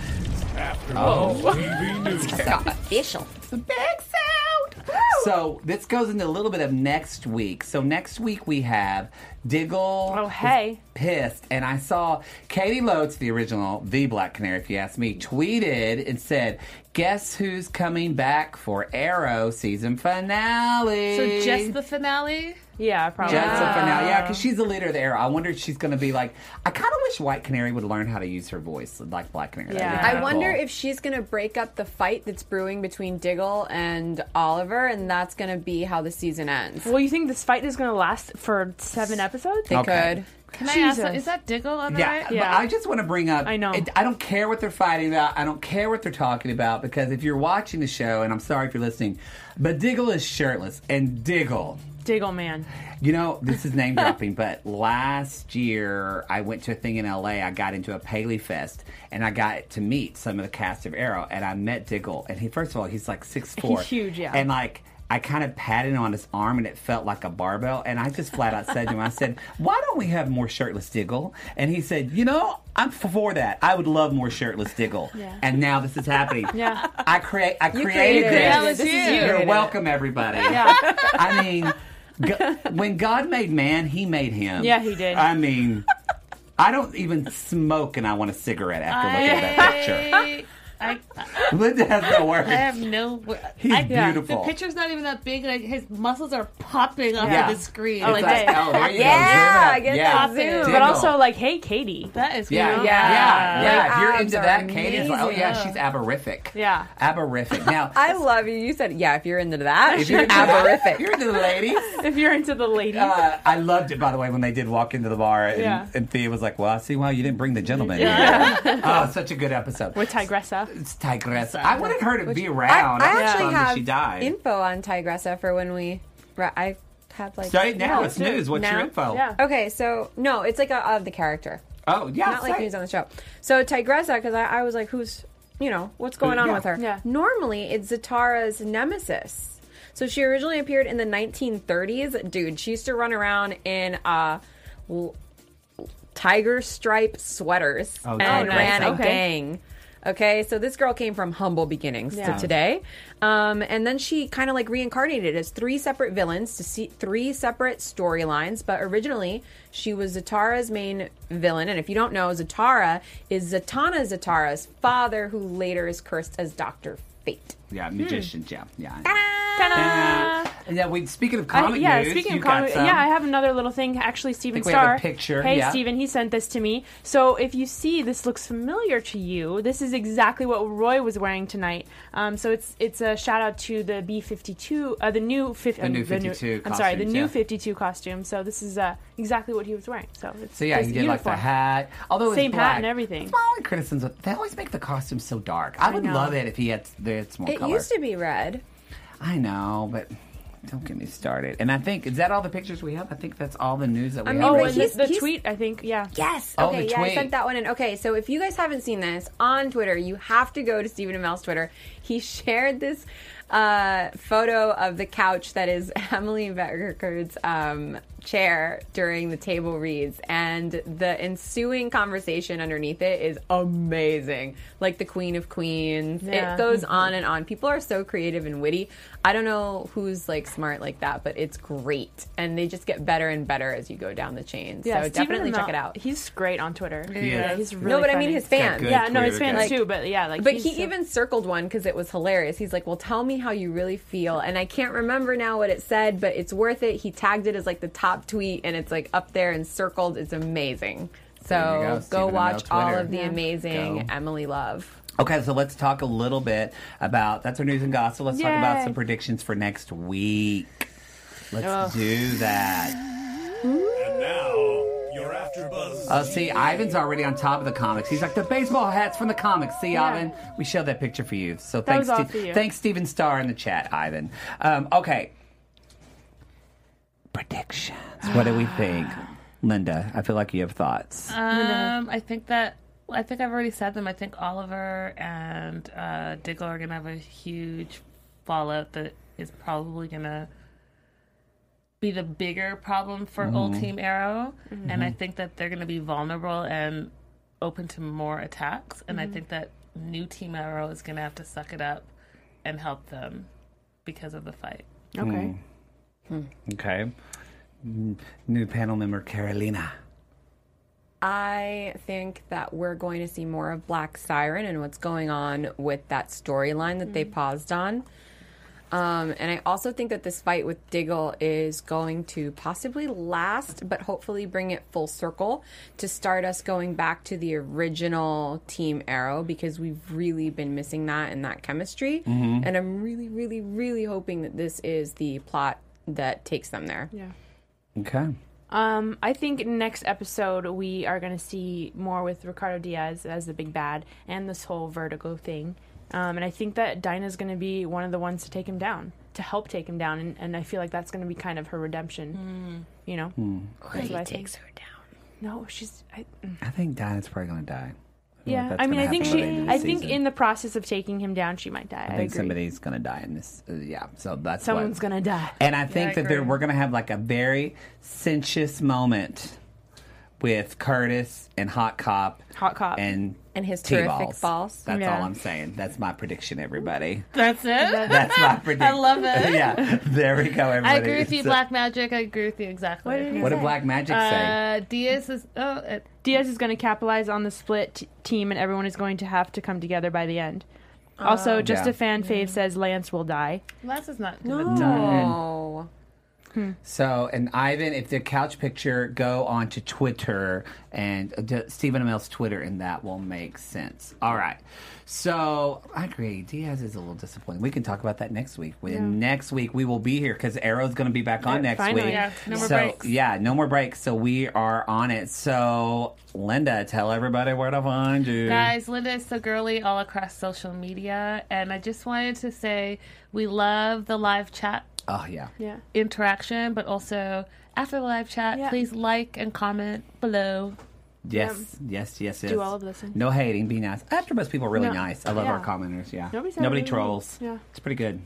S3: TV News.
S4: Official.
S2: big sound. So this goes into a little bit of next week. So next week we have Diggle.
S5: Oh, hey.
S2: pissed. And I saw Katie Lotes, the original, the Black Canary, if you ask me, tweeted and said, Guess who's coming back for Arrow season finale?
S6: So just the finale.
S5: Yeah, probably.
S2: Just the finale. Yeah, because she's the leader of the Arrow. I wonder if she's going to be like, I kind of wish White Canary would learn how to use her voice like Black Canary. That'd be
S5: Yeah.
S2: kinda
S4: I wonder
S2: cool.
S4: if she's going to break up the fight that's brewing between Diggle and Oliver, and that's going to be how the season ends.
S5: Well, you think this fight is going to last for seven episodes?
S4: They
S2: Okay.
S4: could.
S6: Can I ask?
S5: Jesus.
S6: Is that Diggle on the
S2: Yeah,
S6: right?
S2: but
S5: Yeah.
S2: I just want to bring up.
S5: I know.
S2: It, I don't care what they're fighting about. I don't care what they're talking about because if you're watching the show, and I'm sorry if you're listening, but Diggle is shirtless, and Diggle
S5: Diggle man.
S2: You know, this is name dropping, but last year I went to a thing in LA. I got into a Paley Fest and I got to
S5: <laughs>
S2: meet some of the cast of Arrow and I met Diggle. And he, first of all, he's like 6'4.
S5: He's huge, yeah.
S2: And like, I I kind of patted on his arm and it felt like a barbell. And I just flat out said to him, I said, why don't we have more shirtless diggle? And he said, you know, I'm for that. I would love more shirtless diggle. And now this is happening. <laughs>
S5: Yeah.
S2: I create. I created,
S4: created
S2: this.
S4: it.
S6: That was This is you. you.
S2: You're welcome, everybody.
S5: Yeah.
S2: I mean, go- when God made man, He made him.
S5: Yeah, he did.
S2: I mean, I don't even smoke, and I want a cigarette after looking at that picture.
S6: I, <laughs> I,
S2: <laughs> Linda has no
S6: I have
S2: words.
S6: no. wo-
S2: He's
S6: I,
S2: beautiful.
S6: The picture's not even that big. Like his muscles are popping off
S2: Yeah.
S6: of the screen.
S5: Oh,
S6: like,
S5: it's
S6: that-
S2: oh, there you go.
S4: Yeah,
S2: Zoom it up.
S4: get
S2: yeah.
S4: that zoom.
S2: Dig
S5: But
S2: it.
S5: also, like, hey, Katie.
S6: that is
S2: Yeah, yeah,
S6: cool.
S2: yeah. If you're
S4: abs
S2: into
S4: are
S2: that, Katie's like, oh
S4: amazing.
S2: yeah, she's aberific.
S5: Yeah.
S2: aberific. Now,
S4: I love you. You said, yeah, if you're into that,
S2: if
S4: you're
S2: into that- if <laughs>
S4: aberific.
S2: you're into the ladies.
S5: If you're into the ladies.
S2: Uh, I loved it, by the way, when they did walk into the bar, and,
S5: Yeah.
S2: and Thea was like, "Well, I see why you didn't bring the gentleman." here." <laughs> oh, such a good episode.
S5: with Tigressa.
S2: It's Tigressa. I wanted her to be
S4: I,
S2: around.
S4: I
S2: It was
S4: actually
S2: fun that
S4: have
S2: she died.
S4: info on Tigressa for when we. ra- I have like.
S2: Say it now. it's
S5: do it
S2: news. What's your
S4: now.
S2: info?
S5: Yeah.
S4: Okay, so no, it's like a, of the character,
S2: Oh, yeah.
S4: not like
S2: say it.
S4: news on the show. So Tigressa, because I, I was like, who's, you know, what's going on
S2: yeah.
S4: with her?
S5: Yeah.
S4: Normally, it's Zatara's nemesis. So she originally appeared in the 1930s. Dude, she used to run around in uh, l- tiger stripe sweaters
S2: Oh,
S4: and
S2: nice.
S4: ran a
S5: Okay.
S4: gang. Okay, so this girl came from humble beginnings
S5: Yeah.
S4: to today. Um, and then she kind of like reincarnated as three separate villains to see three separate storylines. But originally, she was Zatara's main villain. And if you don't know, Zatara is Zatanna Zatara's father, who later is cursed as Dr. Fate.
S2: Yeah, magician.
S5: Hmm.
S2: Yeah, yeah.
S4: Ah.
S2: Uh,
S5: Ta-da!
S2: Yeah, we speaking of
S5: I,
S2: comic
S5: yeah,
S2: news,
S5: speaking
S2: you
S5: of
S2: got
S5: comic,
S2: some.
S5: yeah, I have another little thing. Actually, Steven
S2: Think we have a
S5: Starr.
S2: picture,
S5: Hey,
S2: yeah.
S5: Steven, he sent this to me. So if you see this looks familiar to you, this is exactly what Roy was wearing tonight. Um, so it's it's a shout out to the B fifty two, the new fifty,
S2: new 52
S5: I'm sorry, the
S2: costumes,
S5: new
S2: yeah.
S5: fifty two costume. So this is uh, exactly what he was wearing. So it's
S2: So yeah,
S5: this
S2: he did like the
S5: uniform.
S2: hat, although it was
S5: Same hat
S2: black.
S5: and everything.
S2: My only criticism was they always make the costumes so dark. I would
S5: know.
S2: love it if he had it's more
S4: It
S2: color.
S4: used to be red.
S2: I know, but don't get me started. And I think is that all the pictures we have? I think that's all the news that we
S4: I
S2: have.
S4: mean,
S5: Oh,
S4: But
S5: and
S4: he's-
S5: the, the
S4: he's-
S5: tweet, I think, yeah.
S4: Yes.
S2: Oh,
S4: Okay.
S2: the
S4: yeah, I
S2: tweet.
S4: sent that one in. Okay, so if you guys haven't seen this on Twitter, you have to go to Stephen Amell's Twitter. He <laughs> shared this uh, photo of the couch that is <laughs> Emily Becker's um, chair during the table reads, and the ensuing conversation underneath it is amazing. Like the Queen of Queens.
S5: Yeah. Mm-hmm.
S4: It goes on and on. People are so creative and witty. I don't know who's like smart like that, but it's great, and they just get better and better as you go down the chain.
S5: Yeah,
S4: so
S5: Steven
S4: definitely check
S5: Amell-
S4: it out.
S5: He's great on Twitter.
S2: Yeah.
S5: he's really
S4: no, but I
S5: funny.
S4: mean his
S2: got
S4: fans.
S2: good
S5: Yeah, no, his
S2: Twitter
S5: fans
S2: guy.
S5: too. But yeah, like,
S4: But
S5: he's
S4: he
S5: so-
S4: even circled one because it was hilarious. He's like, "Well, tell me how you really feel," and I can't remember now what it said, but it's worth it. He tagged it as like the top tweet, and it's like up there and circled. It's amazing.
S2: There you go,
S4: So go,
S2: Stephen
S4: watch
S2: Amell
S4: all
S2: Twitter.
S4: of the
S2: Yeah.
S4: amazing
S2: Go.
S4: Emily Love.
S2: Okay, so let's talk a little bit about that's our news and gossip. Let's talk about
S5: Yay.
S2: some predictions for next week. Let's do that.
S3: And now, you're after Buzz.
S2: Oh, see, Ivan's already on top of the comics. He's like the baseball hats from the comics. See, Ivan, we showed that picture for you. So thanks,
S5: was all
S2: Ste-
S5: for you.
S2: thanks, Steven Starr in the chat, Ivan. Um, okay, predictions. What do we
S5: <sighs>
S2: think, Linda? I feel like you have thoughts.
S6: Um, I think that I think I've already said them. I think Oliver and uh, Diggle are gonna have a huge fallout that is probably gonna be the bigger problem for old Team Arrow, and I think that they're gonna be vulnerable and open to more attacks. And I think that new Team Arrow is gonna have to suck it up and help them because of the fight.
S5: Okay.
S2: Hmm. Okay. N- New panel member Carolina.
S4: I think that we're going to see more of Black Siren and what's going on with that storyline that they paused on. Um, and I also think that this fight with Diggle is going to possibly last, but hopefully bring it full circle to start us going back to the original Team Arrow because we've really been missing that and that chemistry. And I'm really, really, really hoping that this is the plot that takes them there.
S5: Yeah.
S2: Okay.
S5: Um, I think next episode we are going to see more with Ricardo Diaz as the big bad and this whole Vertigo thing. Um, and I think that Dinah's going to be one of the ones to take him down, to help take him down. And, and I feel like that's going to be kind of her redemption, you
S2: Hmm.
S5: know? That's what I think.
S4: her down.
S5: No, she's. I,
S2: I think Dinah's probably going to die. I
S5: Yeah,
S2: that's
S5: I mean,
S2: gonna
S5: I think
S2: happen
S5: she.
S2: by the end of the
S5: I think
S2: season.
S5: in the process of taking him down, she might die. I,
S2: I think
S5: agree.
S2: somebody's gonna die in this. uh, yeah, so that's what-
S5: Someone's gonna die.
S2: And I think
S6: I
S2: that there,
S6: agree.
S2: we're gonna have like a very sensuous moment with Curtis and Hot Cop,
S5: Hot Cop.
S2: and
S4: And his
S2: T-balls.
S4: terrific balls.
S2: That's
S5: Yeah.
S2: all I'm saying. That's my prediction,
S5: <laughs>
S2: everybody.
S6: That's it.
S2: That's my prediction.
S6: <laughs> I love <laughs> it.
S2: yeah, there we go. Everybody.
S6: I agree with you,
S2: So-
S6: Black Magic. I agree with you exactly.
S5: What did he
S2: What did Black Magic say?
S6: Uh, Diaz is. Oh, uh,
S5: Diaz is going to capitalize on the split t- team, and everyone is going to have to come together by the end. also, just
S2: Yeah.
S5: a fan fave says Lance will die.
S6: Lance is not.
S4: No.
S2: So, and Ivan, if the couch picture, go on to Twitter and uh, d- Stephen Amell's Twitter, and that will make sense. All right. So, I agree. Diaz is a little disappointing. We can talk about that next week. When next week we will be here because Arrow's going to be back on
S5: Yeah,
S2: next
S5: finally.
S2: week.
S5: Yeah,
S6: no more
S2: so,
S6: breaks.
S2: Yeah, no more breaks. So we are on it. So, Linda, tell everybody where to find you.
S6: Guys, Linda is so girly all across social media, and I just wanted to say we love the live chat
S2: Oh yeah.
S5: Yeah.
S6: interaction, but also after the live chat,
S5: Yeah.
S6: please like and comment below.
S2: Yes, yes, yes, yes.
S5: all of those things.
S2: No hating, be nice. AfterBuzz people are really
S5: No.
S2: nice. I love our
S5: Yeah.
S2: commenters. Yeah,
S5: Nobody said
S2: nobody
S5: anything.
S2: trolls.
S5: Yeah.
S2: it's pretty good.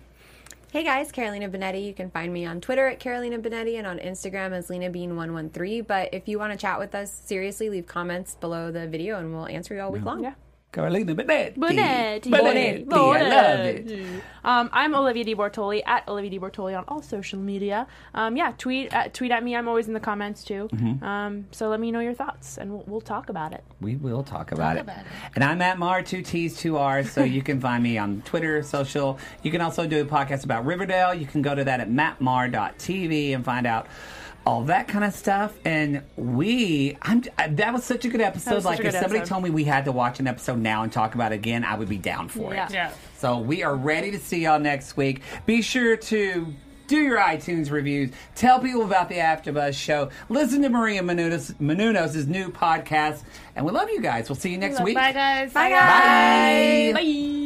S4: Hey guys, Carolina Benetti. You can find me on Twitter at Carolina Benetti and on Instagram as Lena Bean 113 But if you want to chat with us, seriously, leave comments below the video and we'll answer you all week long.
S5: Yeah.
S2: Carolina Bonetti.
S5: Bonetti.
S2: Bonetti. I love it.
S5: Um, I'm Olivia Di Bortoli at Olivia Di Bortoli on all social media. Um, yeah, tweet at, tweet at me. I'm always in the comments too.
S2: Mm-hmm.
S5: Um, so let me know your thoughts, and we'll, we'll talk about it.
S2: We will talk about, it.
S6: about it.
S2: And I'm at Mar, two T's, two R's, so you can find me on Twitter, social. You can also do a podcast about Riverdale. You can go to that at mattmar.tv and find out all that kind of stuff. And we, I'm, I, that was such a good
S5: That
S2: episode.
S5: was such
S2: Like,
S5: a
S2: if
S5: good
S2: somebody
S5: episode.
S2: told me we had to watch an episode now and talk about it again, I would be down for
S5: Yeah.
S2: it.
S5: Yeah.
S2: So we are ready to see y'all next week. Be sure to do your iTunes reviews. Tell people about the AfterBuzz show. Listen to Maria Menounos, Menounos' new podcast. And we love you guys. We'll see you next week.
S6: Bye, guys.
S4: Bye, guys.
S2: Bye.
S5: Bye.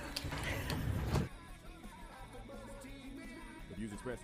S8: The views expressed